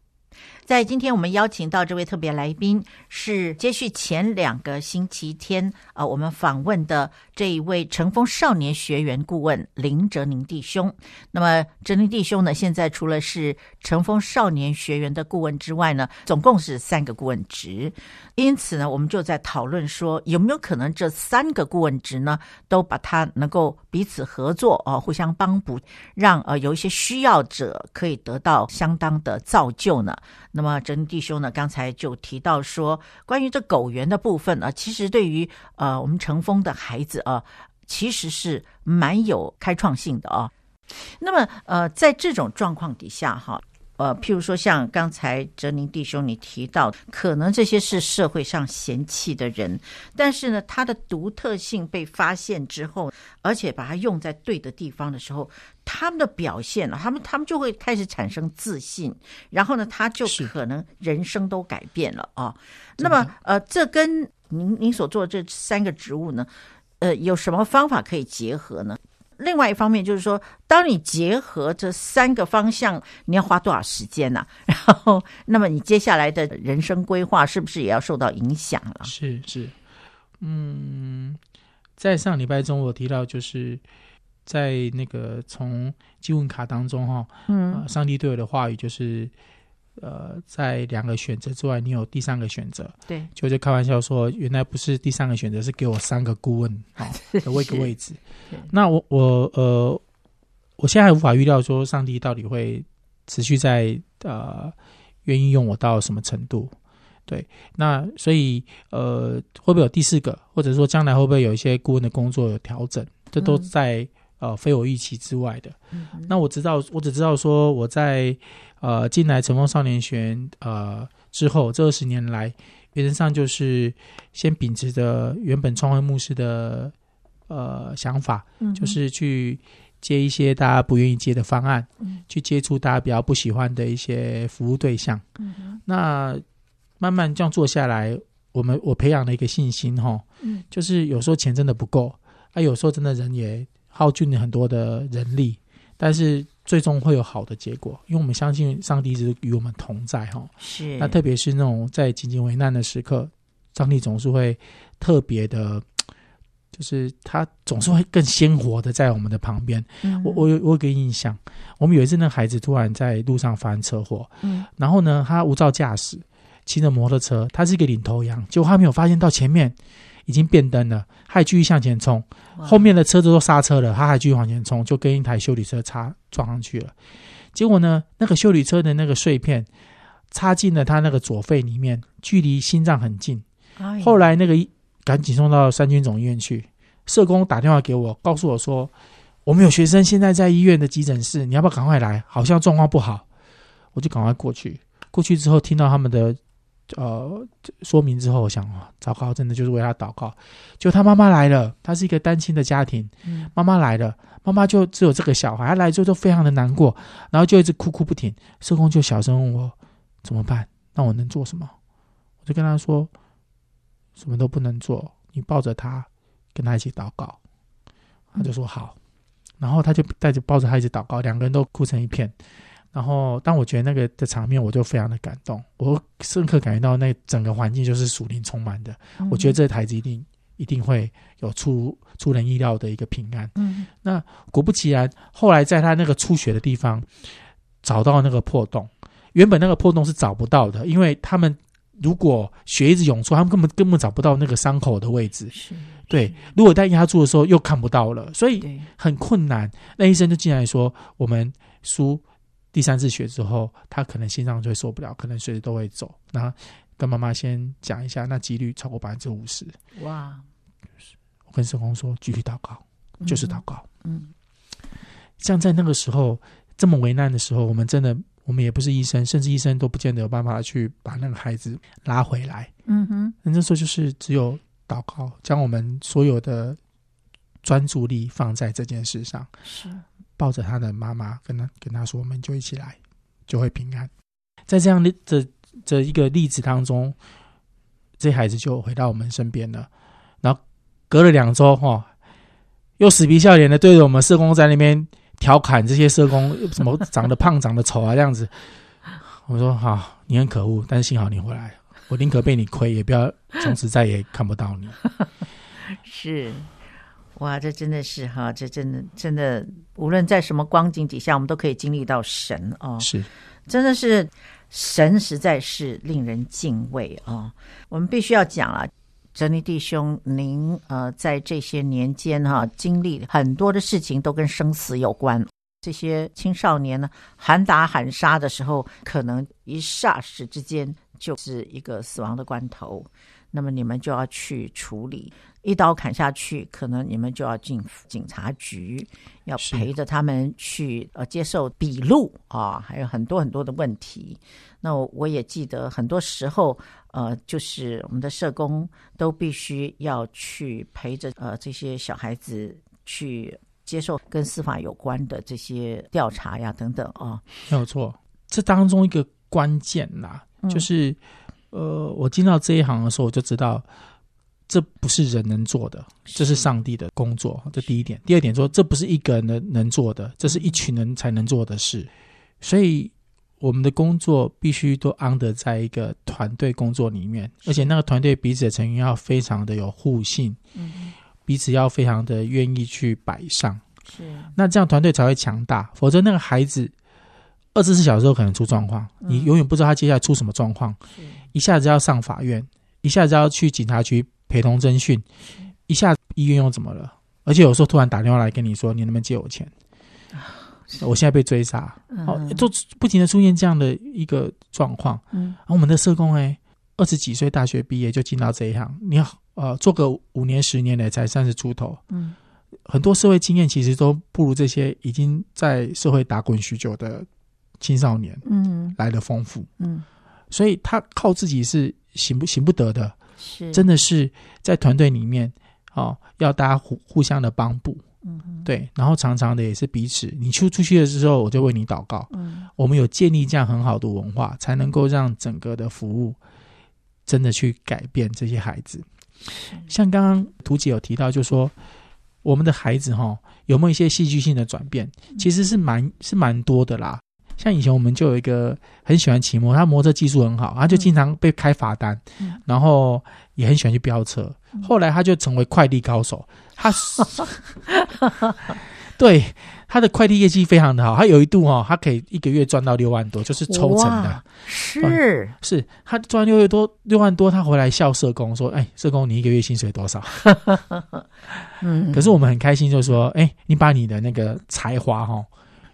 [SPEAKER 1] 在今天我们邀请到这位特别来宾，是接续前两个星期天啊、呃我们访问的这一位乘风少年学员顾问林哲宁弟兄。那么哲宁弟兄呢，现在除了是乘风少年学员的顾问之外呢，总共是三个顾问职。因此呢，我们就在讨论说，有没有可能这三个顾问职呢，都把它能够彼此合作啊、呃互相帮补，让呃有一些需要者可以得到相当的造就呢？那么真弟兄呢，刚才就提到说，关于这狗园的部分啊，其实对于呃我们成风的孩子啊，其实是蛮有开创性的啊。那么呃，在这种状况底下哈。呃，譬如说，像刚才哲宁弟兄你提到，可能这些是社会上嫌弃的人，但是呢，他的独特性被发现之后，而且把它用在对的地方的时候，他们的表现啊，他们他们就会开始产生自信，然后呢，他就是可能人生都改变了啊。那么，呃，这跟您您所做的这三个职务呢，呃，有什么方法可以结合呢？另外一方面就是说，当你结合这三个方向，你要花多少时间呢、 *laughs* 然后，那么你接下来的人生规划是不是也要受到影响啊了？
[SPEAKER 2] 是是，啊嗯，在上礼拜中我提到，就是在那个从记问卡当中哈、
[SPEAKER 1] 嗯
[SPEAKER 2] 呃，上帝对我的话语就是，呃，在两个选择之外，你有第三个选择。
[SPEAKER 1] 对，
[SPEAKER 2] 就就开玩笑说，原来不是第三个选择，是给我三个顾问啊、哦的位个位置
[SPEAKER 1] 是。
[SPEAKER 2] 那我我呃，我现在还无法预料说上帝到底会持续在呃愿意用我到什么程度。对，那所以呃，会不会有第四个，或者说将来会不会有一些顾问的工作有调整？这都
[SPEAKER 1] 嗯
[SPEAKER 2] 在、呃非我预期之外的。
[SPEAKER 1] 嗯哼
[SPEAKER 2] 那我知道，我只知道说我在呃进来成风少年学院呃之后，这二十年来，原则上就是先秉持着原本创会牧师的呃想法，
[SPEAKER 1] 嗯哼
[SPEAKER 2] 就是去接一些大家不愿意接的方案，
[SPEAKER 1] 嗯
[SPEAKER 2] 去接触大家比较不喜欢的一些服务对象。
[SPEAKER 1] 嗯哼
[SPEAKER 2] 那慢慢这样做下来，我们我培养了一个信心哈，
[SPEAKER 1] 嗯
[SPEAKER 2] 就是有时候钱真的不够，啊，有时候真的人也耗尽了很多的人力，但是最终会有好的结果，因为我们相信上帝一直与我们同在哈。
[SPEAKER 1] 是
[SPEAKER 2] 那特别是那种在紧紧危难的时刻，上帝总是会特别的，就是他总是会更鲜活的在我们的旁边。
[SPEAKER 1] 嗯
[SPEAKER 2] 我我有我有个印象，我们有一次那个孩子突然在路上发生车祸，
[SPEAKER 1] 嗯
[SPEAKER 2] 然后呢，他无照驾驶，骑着摩托车，他是一个领头羊，结果他没有发现到前面已经变灯了，他还继续向前冲，
[SPEAKER 1] 哇
[SPEAKER 2] 后面的车子都刹车了，他还继续往前冲，就跟一台修理车擦撞上去了。结果呢，那个修理车的那个碎片插进了他那个左肺里面，距离心脏很近。
[SPEAKER 1] 哎呀
[SPEAKER 2] 后来那个医赶紧送到三军总医院去，社工打电话给我，告诉我说我们有学生现在在医院的急诊室，你要不要赶快来？好像状况不好，我就赶快过去。过去之后，听到他们的呃说明之后，我想啊，糟糕，真的就是为他祷告。就他妈妈来了，他是一个单亲的家庭，
[SPEAKER 1] 嗯
[SPEAKER 2] 妈妈来了，妈妈就只有这个小孩，她来之后就非常的难过，然后就一直哭哭不停。社工就小声问我怎么办？那我能做什么？我就跟他说，什么都不能做，你抱着他，跟他一起祷告。他就说好，然后他就带着抱着他一起祷告，两个人都哭成一片。然后，当我觉得那个的场面，我就非常的感动，我深刻感觉到那整个环境就是属灵充满的。
[SPEAKER 1] 嗯
[SPEAKER 2] 我觉得这台子一定一定会有出出人意料的一个平安。
[SPEAKER 1] 嗯
[SPEAKER 2] 果不其然，后来在他那个出血的地方找到那个破洞，原本那个破洞是找不到的，因为他们如果血一直涌出，他们根本根本找不到那个伤口的位置。
[SPEAKER 1] 是
[SPEAKER 2] 对，如果在压住的时候又看不到了，所以
[SPEAKER 1] 对
[SPEAKER 2] 很困难。那医生就进来说，我们输第三次血之后，他可能心脏就会受不了，可能随时都会走。那跟妈妈先讲一下，那几率超过百分之五十。
[SPEAKER 1] 哇，
[SPEAKER 2] 我跟社工说，继续祷告， *laughs* 就是祷告。
[SPEAKER 1] 嗯
[SPEAKER 2] 像在那个时候这么为难的时候，我们真的，我们也不是医生，甚至医生都不见得有办法去把那个孩子拉回来。
[SPEAKER 1] 嗯哼
[SPEAKER 2] 那那时候就是只有祷告，将我们所有的专注力放在这件事上，
[SPEAKER 1] 是
[SPEAKER 2] 抱着他的妈妈，跟他跟他说，我们就一起来，就会平安。在这样的这这一个例子当中，这孩子就回到我们身边了。然后隔了两周，哈、又死皮笑脸的对着我们社工在那边调侃这些社工什么长得胖、长得丑啊这样子。我说好、你很可恶，但是幸好你回来了，我宁可被你亏，也不要从此再也看不到你。
[SPEAKER 1] 是。哇，这真的是哈，这真的真的，无论在什么光景底下，我们都可以经历到神哦。
[SPEAKER 2] 是
[SPEAKER 1] 真的是神实在是令人敬畏啊、哦！我们必须要讲啊，哲尼弟兄，您呃在这些年间哈、经历很多的事情都跟生死有关。啊这些青少年呢，喊打喊杀的时候，可能一霎时之间就是一个死亡的关头，那么你们就要去处理，一刀砍下去，可能你们就要进警察局，要
[SPEAKER 2] 是
[SPEAKER 1] 陪着他们去呃接受笔录啊，还有很多很多的问题。那我我也记得很多时候，呃，就是我们的社工都必须要去陪着呃这些小孩子去接受跟司法有关的这些调查呀等等啊、
[SPEAKER 2] 没有错，这当中一个关键呐、
[SPEAKER 1] 嗯
[SPEAKER 2] 就是呃，我进到这一行的时候，我就知道这不是人能做的，这是上帝的工作，这第一点。第二点说，这不是一个人能能做
[SPEAKER 1] 嗯
[SPEAKER 2] 的，这是一群人才能做的事，所以。我们的工作必须都安得在一个团队工作里面，而且那个团队彼此的成员要非常的有互信，
[SPEAKER 1] 嗯，
[SPEAKER 2] 彼此要非常的愿意去摆上，
[SPEAKER 1] 是
[SPEAKER 2] 那这样团队才会强大，否则那个孩子二十四小时都可能出状况，
[SPEAKER 1] 嗯
[SPEAKER 2] 你永远不知道他接下来出什么状况，
[SPEAKER 1] 是
[SPEAKER 2] 一下子要上法院，一下子要去警察局陪同侦讯，一下医院又怎么了？而且有时候突然打电话来跟你说，你能不能借我钱？我现在被追杀，哦，
[SPEAKER 1] 啊嗯
[SPEAKER 2] 就不停的出现这样的一个状况。
[SPEAKER 1] 嗯
[SPEAKER 2] 然后我们的社工哎，二十几岁大学毕业就进到这一行，你好呃做个五年十年的才三十出头，
[SPEAKER 1] 嗯
[SPEAKER 2] 很多社会经验其实都不如这些已经在社会打滚许久的青少年
[SPEAKER 1] 嗯
[SPEAKER 2] 来的丰富，
[SPEAKER 1] 嗯，
[SPEAKER 2] 所以他靠自己是行不行不得的，
[SPEAKER 1] 是
[SPEAKER 2] 真的是在团队里面哦，要大家互互相的帮补，
[SPEAKER 1] 嗯哼
[SPEAKER 2] 对，然后常常的也是彼此，你出出去的时候，我就为你祷告，
[SPEAKER 1] 嗯
[SPEAKER 2] 我们有建立这样很好的文化，才能够让整个的服务真的去改变这些孩子。像刚刚图姐有提到，就说我们的孩子哈有没有一些戏剧性的转变，
[SPEAKER 1] 嗯
[SPEAKER 2] 其实是蛮是蛮多的啦。像以前我们就有一个很喜欢骑摩，他摩托车技术很好，他就经常被开罚单，
[SPEAKER 1] 嗯
[SPEAKER 2] 然后也很喜欢去飙车。后来他就成为快递高手，
[SPEAKER 1] *laughs*
[SPEAKER 2] 他对他的快递业绩非常的好，他有一度哦，他可以一个月赚到六万多，就是抽成的。
[SPEAKER 1] 哇是
[SPEAKER 2] 是他赚六月多六万多，他回来笑社工说：“哎，社工，你一个月薪水多少？”
[SPEAKER 1] 嗯，
[SPEAKER 2] 可是我们很开心，就说：“哎，你把你的那个才华哈、哦、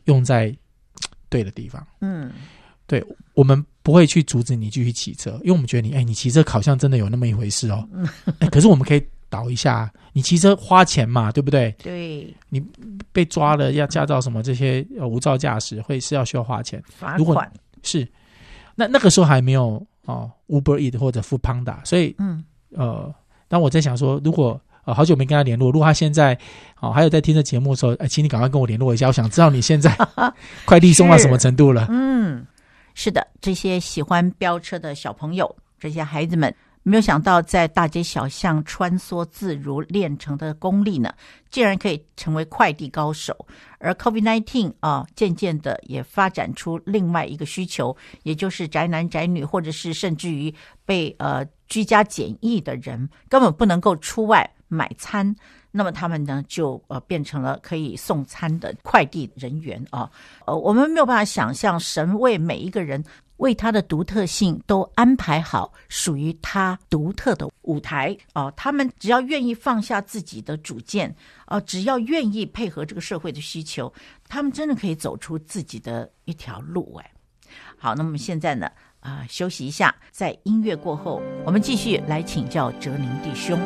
[SPEAKER 2] 用在嘖对的地方，
[SPEAKER 1] 嗯
[SPEAKER 2] 我们不会去阻止你继续骑车，因为我们觉得你哎，你骑车好像真的有那么一回事哦。哎，可是我们可以倒一下。你骑车花钱嘛，对不对？
[SPEAKER 1] 对，
[SPEAKER 2] 被抓了要驾照什么这些呃无照驾驶会是要需要花钱，
[SPEAKER 1] 罚
[SPEAKER 2] 如果
[SPEAKER 1] 款，
[SPEAKER 2] 是。那那个时候还没有哦 Uber Eat 或者 Food Panda，所以
[SPEAKER 1] 嗯，
[SPEAKER 2] 呃，当我在想说，如果呃好久没跟他联络，如果他现在哦还有在听这节目的时候，哎，请你赶快跟我联络一下，我想知道你
[SPEAKER 1] *laughs*
[SPEAKER 2] 现在快递送到什么程度了。
[SPEAKER 1] 嗯，是的，这些喜欢飙车的小朋友，这些孩子们，没有想到在大街小巷穿梭自如练成的功力呢，竟然可以成为快递高手。而 COVID-19 啊，渐渐的也发展出另外一个需求，也就是宅男宅女，或者是甚至于被呃居家检疫的人，根本不能够出外买餐。那么他们呢，就呃变成了可以送餐的快递人员啊。呃，我们没有办法想象神为每一个人为他的独特性都安排好属于他独特的舞台啊、他们只要愿意放下自己的主见啊、只要愿意配合这个社会的需求，他们真的可以走出自己的一条路哎。好，那么现在呢，啊、休息一下，在音乐过后，我们继续来请教哲宁弟兄。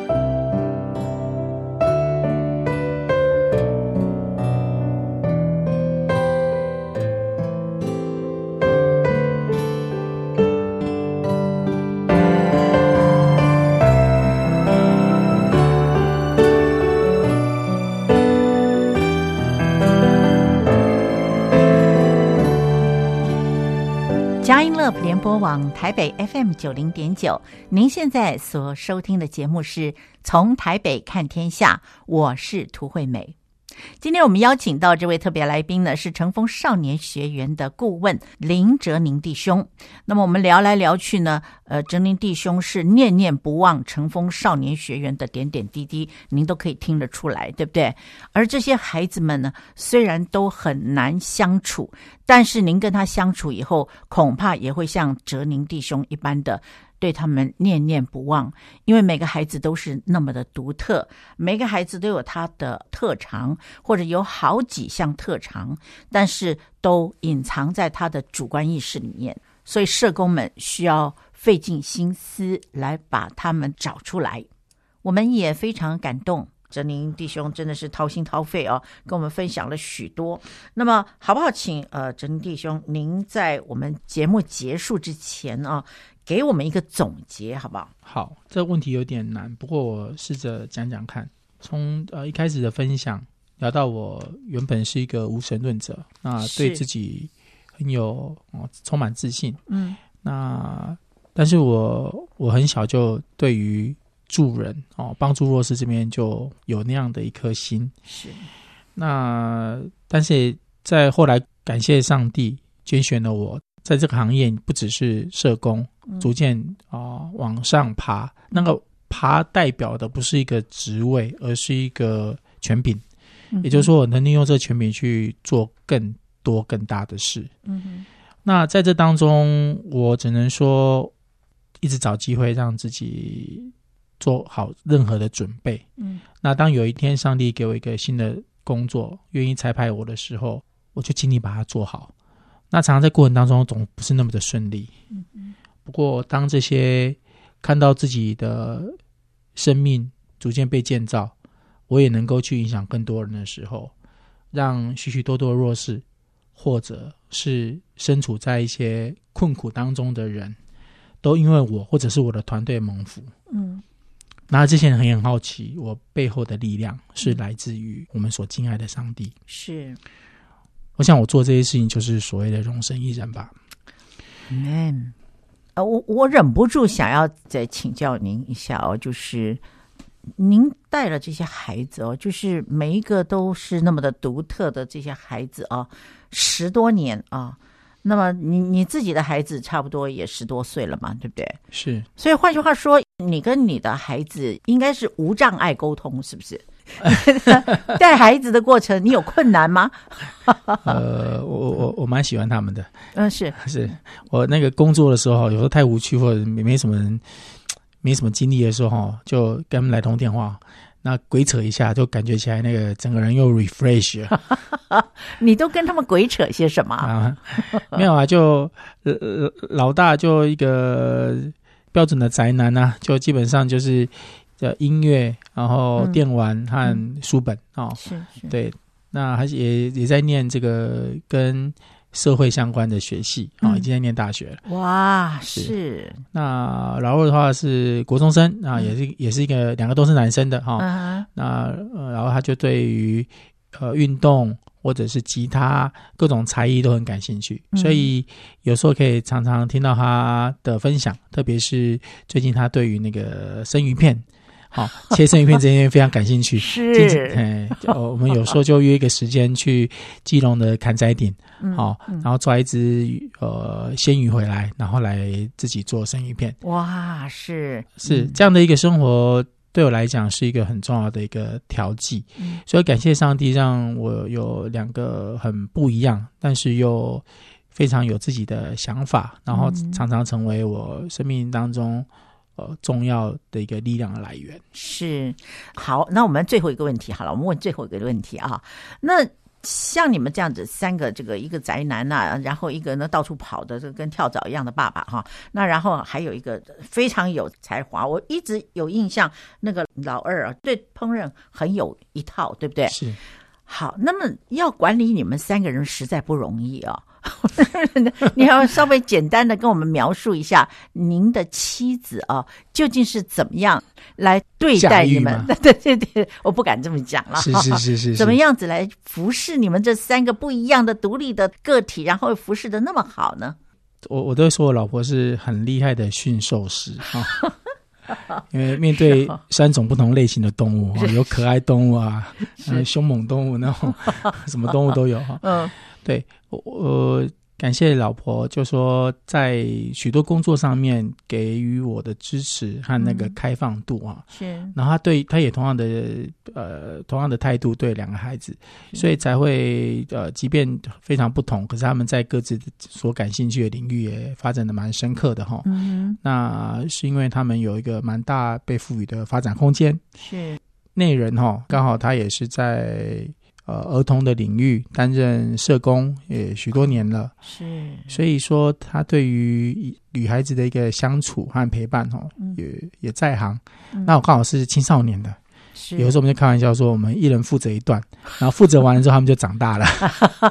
[SPEAKER 1] 佳音乐联播网台北 FM 九零点九，您现在所收听的节目是《从台北看天下》，我是涂惠美。今天我们邀请到这位特别来宾呢，是成风少年学员的顾问林哲宁弟兄。那么我们聊来聊去呢，呃，哲宁弟兄是念念不忘成风少年学员的点点滴滴，您都可以听得出来，对不对？而这些孩子们呢，虽然都很难相处，但是您跟他相处以后，恐怕也会像哲宁弟兄一般的对他们念念不忘，因为每个孩子都是那么的独特，每个孩子都有他的特长，或者有好几项特长，但是都隐藏在他的主观意识里面，所以社工们需要费尽心思来把他们找出来。我们也非常感动。哲宁弟兄真的是掏心掏肺哦，跟我们分享了许多。那么，好不好请？呃，哲宁弟兄，您在我们节目结束之前啊，给我们一个总结，好不好？
[SPEAKER 2] 好，这问题有点难，不过我试着讲讲看。从呃一开始的分享聊到我原本是一个无神论者，那
[SPEAKER 1] 是
[SPEAKER 2] 对自己很有哦充满自信。
[SPEAKER 1] 嗯，
[SPEAKER 2] 那但是我我很小就对于助人哦帮助弱势这边就有那样的一颗心。
[SPEAKER 1] 是，
[SPEAKER 2] 那但是在后来感谢上帝拣选了我，在这个行业不只是社工，
[SPEAKER 1] 嗯
[SPEAKER 2] 逐渐啊、呃往上爬。那个爬代表的不是一个职位，而是一个权柄，
[SPEAKER 1] 嗯
[SPEAKER 2] 也就是，说，我能利用这个权柄去做更多更大的事。
[SPEAKER 1] 嗯哼，
[SPEAKER 2] 那在这当中，我只能说，一直找机会让自己做好任何的准备。
[SPEAKER 1] 嗯
[SPEAKER 2] 那当有一天上帝给我一个新的工作，愿意差派我的时候，我就尽力把它做好。那常常在过程当中总不是那么的顺利，
[SPEAKER 1] 嗯嗯
[SPEAKER 2] 不过当这些看到自己的生命逐渐被建造，我也能够去影响更多人的时候，让许许多多的弱势，或者是身处在一些困苦当中的人，都因为我或者是我的团队蒙福。
[SPEAKER 1] 嗯，
[SPEAKER 2] 那这些人也很好奇，我背后的力量是来自于我们所敬爱的上帝。
[SPEAKER 1] 是
[SPEAKER 2] 我想，我做这些事情就是所谓的容身一人吧。
[SPEAKER 1] ，Amen。呃，我我忍不住想要再请教您一下哦，就是您带了这些孩子哦，就是每一个都是那么的独特的这些孩子啊、十多年啊、那么你你自己的孩子差不多也十多岁了嘛，对不对？
[SPEAKER 2] 是，
[SPEAKER 1] 所以换句话说，你跟你的孩子应该是无障碍沟通，是不
[SPEAKER 2] *laughs*
[SPEAKER 1] 是？ *laughs* 带孩子的过程，你有困难吗？
[SPEAKER 2] 呃，我我我我蛮喜欢他们的。
[SPEAKER 1] 嗯，是，
[SPEAKER 2] 是我那个工作的时候，有时候太无趣或者没没什么人，没什么精力的时候，就跟他们来通电话，那鬼扯一下，就感觉起来那个整个人又 refresh 了
[SPEAKER 1] 你都跟他们鬼扯些什么？
[SPEAKER 2] 啊。 *laughs* 没有啊，就呃呃老大就一个标准的宅男啊，就基本上就是呃音乐，然后
[SPEAKER 1] 嗯
[SPEAKER 2] 电玩和书本哦，
[SPEAKER 1] 是是，
[SPEAKER 2] 对，那还是也也在念这个跟社会相关的学系啊、哦
[SPEAKER 1] 嗯
[SPEAKER 2] 已经在念大学了。
[SPEAKER 1] 哇，
[SPEAKER 2] 是
[SPEAKER 1] 是，
[SPEAKER 2] 那老二的话是国中生啊，
[SPEAKER 1] 嗯
[SPEAKER 2] 也是也是一个两个都是男生的哈、哦
[SPEAKER 1] 嗯哼，
[SPEAKER 2] 那呃，然后他就对于呃运动或者是吉他各种才艺都很感兴趣，
[SPEAKER 1] 嗯
[SPEAKER 2] 所以有时候可以常常听到他的分享，特别是最近他对于那个生鱼片，好、切生鱼片这些非常感兴趣。近期
[SPEAKER 1] *laughs* 是，
[SPEAKER 2] 哎，就我们有时候就约一个时间去基隆的坎仔顶，
[SPEAKER 1] 嗯
[SPEAKER 2] 好、
[SPEAKER 1] 嗯
[SPEAKER 2] 然后抓一只鱼呃鲜鱼回来，然后来自己做生鱼片，
[SPEAKER 1] 哇，是
[SPEAKER 2] 是
[SPEAKER 1] 嗯
[SPEAKER 2] 这样的一个生活，对我来讲是一个很重要的一个调剂。
[SPEAKER 1] 嗯
[SPEAKER 2] 所以感谢上帝，让我有两个很不一样，但是又非常有自己的想法，然后
[SPEAKER 1] 嗯
[SPEAKER 2] 常常成为我生命当中呃重要的一个力量的来源。
[SPEAKER 1] 是，好，那我们最后一个问题好了，我们问最后一个问题啊。那像你们这样子三个，这个一个宅男呐、然后一个呢到处跑的，这跟跳蚤一样的爸爸哈、那然后还有一个非常有才华，我一直有印象，那个老二啊，对烹饪很有一套，对不对？ *laughs*
[SPEAKER 2] 是，
[SPEAKER 1] 好，那么要管理你们三个人实在不容易啊、 *laughs* 你要稍微简单的跟我们描述一下您的妻子啊，究竟是怎么样来对待你们
[SPEAKER 2] 驾驭？
[SPEAKER 1] *laughs* 对对对，我不敢这么讲了。
[SPEAKER 2] 是是是是是，
[SPEAKER 1] 怎么样子来服侍你们这三个不一样的独立的个体，然后服侍的那么好呢？
[SPEAKER 2] 我我都会说我老婆是很厉害的驯兽师哈。
[SPEAKER 1] *laughs*
[SPEAKER 2] 因为面对
[SPEAKER 1] 是哦
[SPEAKER 2] 三种不同类型的动物，哦有可爱动
[SPEAKER 1] *laughs*
[SPEAKER 2] 物啊，呃凶猛动物那种， *laughs* 什么动物都有哈。
[SPEAKER 1] 嗯
[SPEAKER 2] 对，我我感谢老婆，就说在许多工作上面给予我的支持和那个
[SPEAKER 1] 嗯
[SPEAKER 2] 开放度啊。
[SPEAKER 1] 是
[SPEAKER 2] 然后她对，她也同样的呃同样的态度对两个孩子，所以才会呃，即便非常不同，可是他们在各自所感兴趣的领域也发展的蛮深刻的哈。
[SPEAKER 1] 嗯
[SPEAKER 2] 那是因为他们有一个蛮大被赋予的发展空间。
[SPEAKER 1] 是
[SPEAKER 2] 内人哈，刚好他也是在呃儿童的领域担任社工也许多年了，
[SPEAKER 1] 是
[SPEAKER 2] 所以说他对于女孩子的一个相处和陪伴哦，
[SPEAKER 1] 嗯
[SPEAKER 2] 也也在行。
[SPEAKER 1] 嗯
[SPEAKER 2] 那我刚好是青少年的，
[SPEAKER 1] 是
[SPEAKER 2] 有时候我们就开玩笑说，我们一人负责一段， *laughs* 然后负责完了之后他们就长大了，
[SPEAKER 1] *laughs*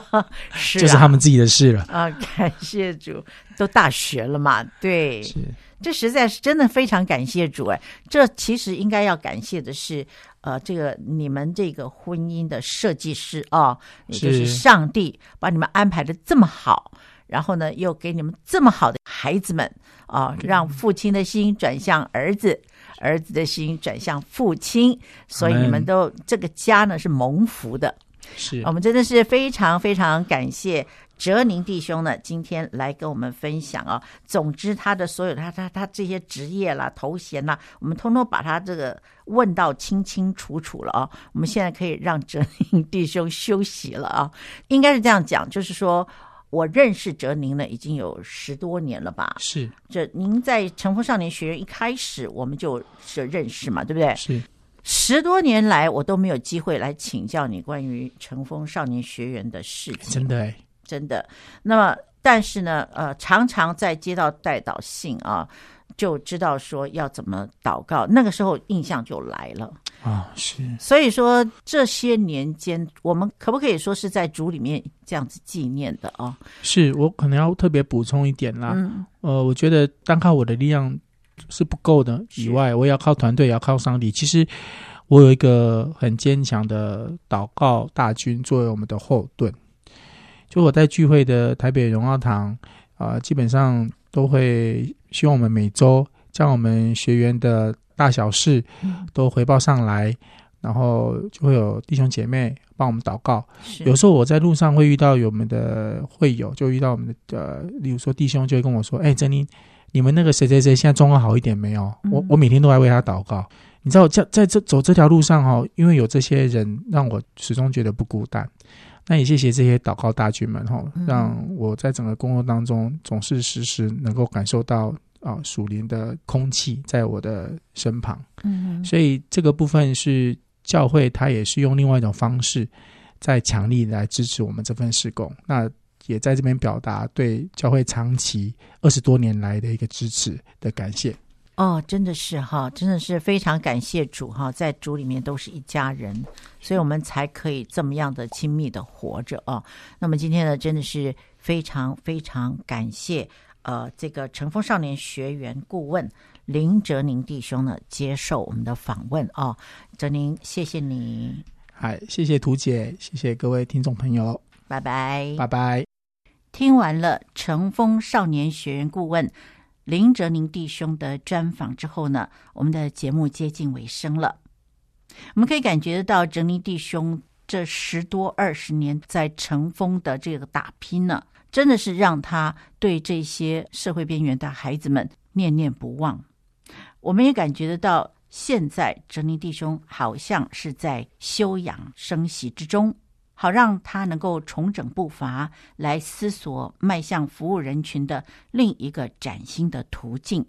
[SPEAKER 1] 是
[SPEAKER 2] 就是
[SPEAKER 1] 啊
[SPEAKER 2] 他们自己的事了。
[SPEAKER 1] 啊，感谢主，都大学了嘛，对，
[SPEAKER 2] 是
[SPEAKER 1] 这实在是真的非常感谢主哎！这其实应该要感谢的是，呃，这个你们这个婚姻的设计师啊，也就是
[SPEAKER 2] 是
[SPEAKER 1] 上帝把你们安排的这么好，然后呢，又给你们这么好的孩子们啊，
[SPEAKER 2] 嗯
[SPEAKER 1] 让父亲的心转向儿子，儿子的心转向父亲，所以你们
[SPEAKER 2] Amen
[SPEAKER 1] 都这个家呢是蒙福的。
[SPEAKER 2] 是
[SPEAKER 1] 我，们真的是非常非常感谢哲宁弟兄呢，今天来跟我们分享啊。总之，他的所有他他他这些职业啦、头衔啦，我们通通把他这个问到清清楚楚了啊。我们现在可以让哲宁弟兄休息了啊。应该是这样讲，就是说。我认识哲宁呢，已经有十多年了吧？
[SPEAKER 2] 是
[SPEAKER 1] 这您在成福少年学院一开始我们就是认识嘛，对不对？
[SPEAKER 2] 是
[SPEAKER 1] 十多年来，我都没有机会来请教你关于乘风少年学员的事情，
[SPEAKER 2] 真的哎，
[SPEAKER 1] 真的。那么，但是呢，呃，常常在接到代祷信啊，就知道说要怎么祷告，那个时候印象就来了。
[SPEAKER 2] 啊、是
[SPEAKER 1] 所以说，这些年间，我们可不可以说是在主里面这样子纪念的啊？
[SPEAKER 2] 是我可能要特别补充一点啦，
[SPEAKER 1] 嗯，
[SPEAKER 2] 呃，我觉得单靠我的力量是不够的，
[SPEAKER 1] 是
[SPEAKER 2] 以外我也要靠团队，也要靠上帝。其实我有一个很坚强的祷告大军作为我们的后盾。就我在聚会的台北荣耀堂啊、呃基本上都会希望我们每周将我们学员的大小事都回报上来，然后就会有弟兄姐妹帮我们祷告。
[SPEAKER 1] 是
[SPEAKER 2] 有时候我在路上会遇到有我们的会友，就遇到我们的呃，例如说弟兄就会跟我说：“哎、珍妮，你们那个谁谁谁现在状况好一点没有？”我
[SPEAKER 1] 嗯
[SPEAKER 2] 我每天都在为他祷告。你知道，在在这走这条路上哦，因为有这些人，让我始终觉得不孤单。那也谢谢这些祷告大军们哦，
[SPEAKER 1] 嗯
[SPEAKER 2] 让我在整个工作当中总是时时能够感受到啊、属灵的空气在我的身旁。
[SPEAKER 1] 嗯
[SPEAKER 2] 所以这个部分是教会，它也是用另外一种方式，在强力来支持我们这份施工。那也在这边表达对教会长期二十多年来的一个支持的感谢。
[SPEAKER 1] 哦，真的是哈，真的是非常感谢主哈，在主里面都是一家人，所以我们才可以这么样的亲密的活着哦。那么今天呢，真的是非常非常感谢呃这个乘风少年学员顾问林哲宁弟兄呢接受我们的访问哦，哲宁，谢谢你，
[SPEAKER 2] 嗨，谢谢图姐，谢谢各位听众朋友，
[SPEAKER 1] 拜拜。
[SPEAKER 2] 拜拜。
[SPEAKER 1] 听完了乘风少年学院顾问林哲宁弟兄的专访之后呢，我们的节目接近尾声了。我们可以感觉得到哲宁弟兄这十多二十年在乘风的这个打拼呢，真的是让他对这些社会边缘的孩子们念念不忘。我们也感觉得到，现在哲宁弟兄好像是在休养生息之中，好让他能够重整步伐，来思索迈向服务人群的另一个崭新的途径。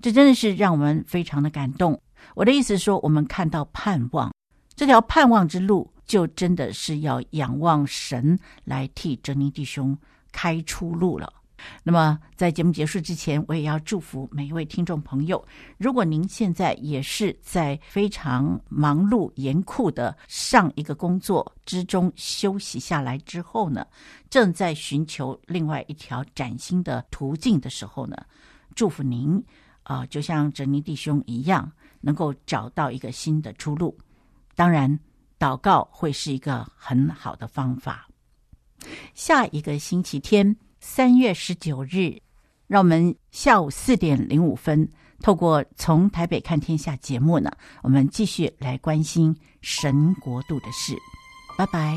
[SPEAKER 1] 这真的是让我们非常的感动。我的意思是说，我们看到盼望，这条盼望之路，就真的是要仰望神来替珍妮弟兄开出路了。那么，在节目结束之前，我也要祝福每一位听众朋友。如果您现在也是在非常忙碌、严酷的上一个工作之中休息下来之后呢，正在寻求另外一条崭新的途径的时候呢，祝福您啊、呃就像哲尼弟兄一样，能够找到一个新的出路。当然，祷告会是一个很好的方法。下一个星期天，三月十九日，让我们下午四点零五分，透过《从台北看天下》节目呢，我们继续来关心神国度的事。拜拜。